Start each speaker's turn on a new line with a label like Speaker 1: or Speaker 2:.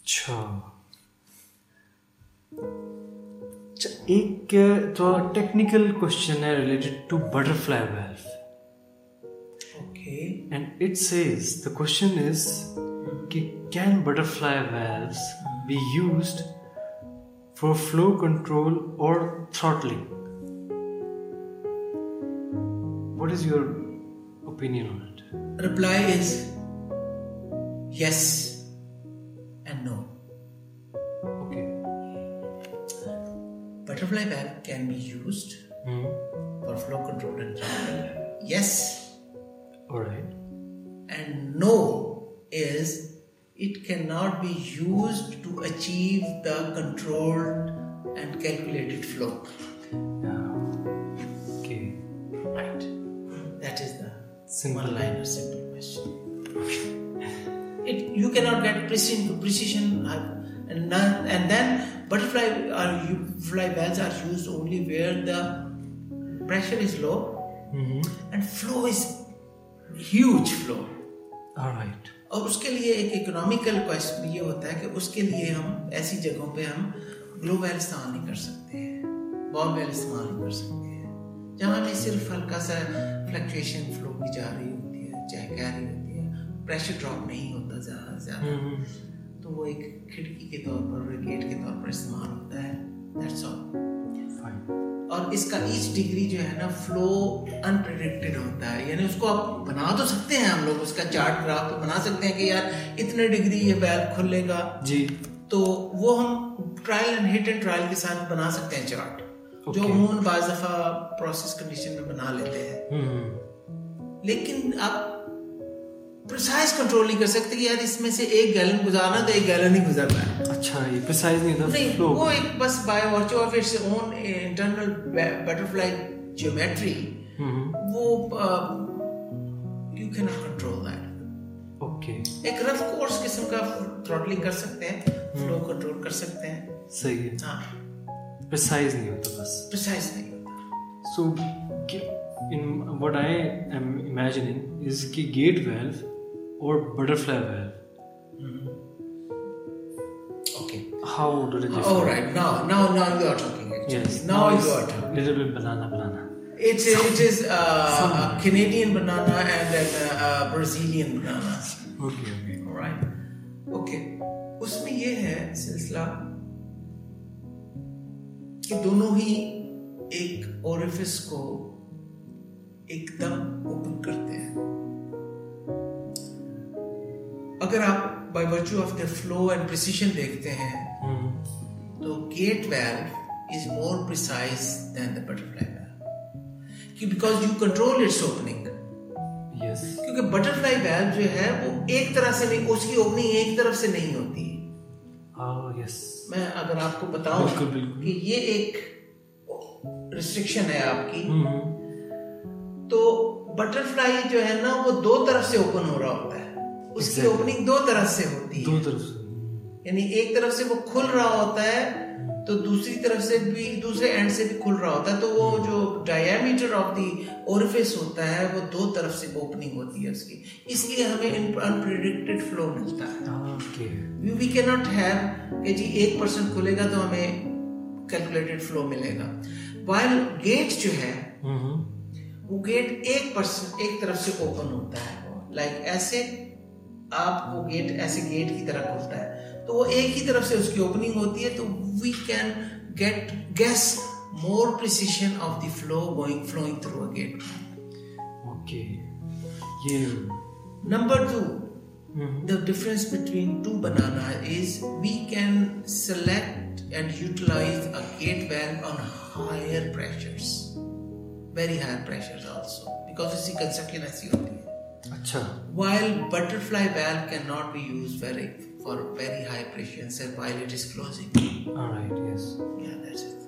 Speaker 1: अच्छा अच्छा एक अ, थोड़ा टेक्निकल क्वेश्चन है related to butterfly valve
Speaker 2: Okay.
Speaker 1: And it says the question is कि can butterfly valves be used for flow control और throttling what is your opinion on it
Speaker 2: Reply is yes and no.
Speaker 1: Okay
Speaker 2: Butterfly valve can be used
Speaker 1: Hmm,
Speaker 2: for flow control and throttle. Yes
Speaker 1: alright
Speaker 2: and no is it cannot be used to achieve the controlled and calculated flow.
Speaker 1: Okay
Speaker 2: Right. That is the
Speaker 1: Simple.
Speaker 2: one liner simple question. It you cannot get precision precision uh, and none, and then butterfly or you fly valves are used only where the pressure is low and flow is huge flow.
Speaker 1: Alright
Speaker 2: और उसके लिए एक economical question ये होता है कि उसके लिए हम ऐसी जगहों पे हम ग्लो वेल इस्तेमाल नहीं कर सकते हैं बॉल वेल इस्तेमाल नहीं कर सकते हैं जहाँ हमें सिर्फ हल्का सा फ्लक्चुएशन फ्लो की जा रही होती है चाहे कह रही होती है प्रेशर ड्रॉप नहीं होता ज़्यादा से ज़्यादा
Speaker 1: Hmm.
Speaker 2: तो वो एक खिड़की के तौर पर और गेट के तौर पर इस्तेमाल होता है दैट्स ऑल
Speaker 1: फाइन
Speaker 2: और इसका ईच डिग्री जो है ना फ्लो अनप्रिडिक्टेड होता है यानी उसको आप बना तो सकते हैं हम लोग उसका चार्ट ग्राफ तो बना सकते हैं कि यार इतने डिग्री ये बैल खुलेगा
Speaker 1: जी
Speaker 2: तो वो हम trial and hit and trial के साथ बना सकते हैं चार्ट जो
Speaker 1: Okay.
Speaker 2: अमूमन बाज दफा प्रोसेस कंडीशन में बना लेते हैं
Speaker 1: Hmm.
Speaker 2: लेकिन आप प्रिसाइज कंट्रोल नहीं कर सकते कि यार इसमें से एक गैलन गुजारना तो एक गैलन ही गुजरना है
Speaker 1: अच्छा ये प्रिसाइज नहीं था
Speaker 2: नहीं
Speaker 1: फ्लो
Speaker 2: वो एक बस by virtue of its own internal butterfly geometry
Speaker 1: Hmm.
Speaker 2: वो you can not control that
Speaker 1: okay
Speaker 2: एक रफ कोर्स किस्म का थ्रॉटलिंग कर सकते हैं फ्लो कंट्रोल कर सकते हैं
Speaker 1: सही है
Speaker 2: हाँ
Speaker 1: प्रिसाइज नहीं होता बस
Speaker 2: प्रिसाइज नहीं होता
Speaker 1: So, ge- in what I am imagining is कि gate valve or butterfly valve.
Speaker 2: Okay.
Speaker 1: How do they differ?
Speaker 2: All right. Now, now, now you are talking. Actually.
Speaker 1: Yes.
Speaker 2: Now,
Speaker 1: it's
Speaker 2: you are talking.
Speaker 1: Little bit banana, banana.
Speaker 2: It is, it is uh, a Canadian banana and a uh, Brazilian banana.
Speaker 1: Okay, okay.
Speaker 2: All right. Okay. उसमें ये है सिलसिला कि दोनों ही एक orifice को एकदम open करते हैं अगर आप by virtue of the flow and precision देखते हैं
Speaker 1: Mm-hmm.
Speaker 2: तो gate valve is more precise than the butterfly valve कि because you control its opening
Speaker 1: Yes.
Speaker 2: क्योंकि butterfly valve जो है वो एक तरह से नहीं उसकी opening एक तरफ से नहीं होती
Speaker 1: Oh, yes.
Speaker 2: मैं अगर आपको बताऊं
Speaker 1: बिल्कुल, बिल्कुल।
Speaker 2: कि ये एक रिस्ट्रिक्शन है आपकी
Speaker 1: Mm-hmm.
Speaker 2: तो बटरफ्लाई जो है ना वो दो तरफ से ओपन हो रहा होता है उसकी
Speaker 1: Exactly.
Speaker 2: ओपनिंग दो तरफ से होती है
Speaker 1: दो तरफ से
Speaker 2: यानी एक तरफ से वो खुल रहा होता है तो दूसरी तरफ से भी दूसरे एंड से भी खुल रहा होता है तो वो
Speaker 1: Hmm.
Speaker 2: जो डायमीटर ऑफ दी ओरिफिस होता है वो दो तरफ से ओपनिंग होती है उसकी इसलिए हमें अनप्रिडिक्टेड फ्लो मिलता है
Speaker 1: okay
Speaker 2: we can not have कि जी एक परसेंट खुलेगा तो हमें कैलकुलेटेड फ्लो मिलेगा वाइल गेट जो है
Speaker 1: हम्म
Speaker 2: वो गेट एक परसेंट एक तरफ से ओपन होता है लाइक ऐसे आपको गेट ऐसे गेट की तरह खुलता है तो वो एक ही तरफ से उसकी ओपनिंग होती है तो we can get guess more precision of the flow going flowing through a gate
Speaker 1: okay ये
Speaker 2: number two
Speaker 1: Mhm.
Speaker 2: The difference between two banana is we can select and utilize a gate well on higher pressures very higher pressures also because इसकी construction ऐसी होती है
Speaker 1: अच्छा
Speaker 2: While butterfly valve cannot be used very for very high pressure, while it is closing.
Speaker 1: Alright yes
Speaker 2: Yeah, that's it.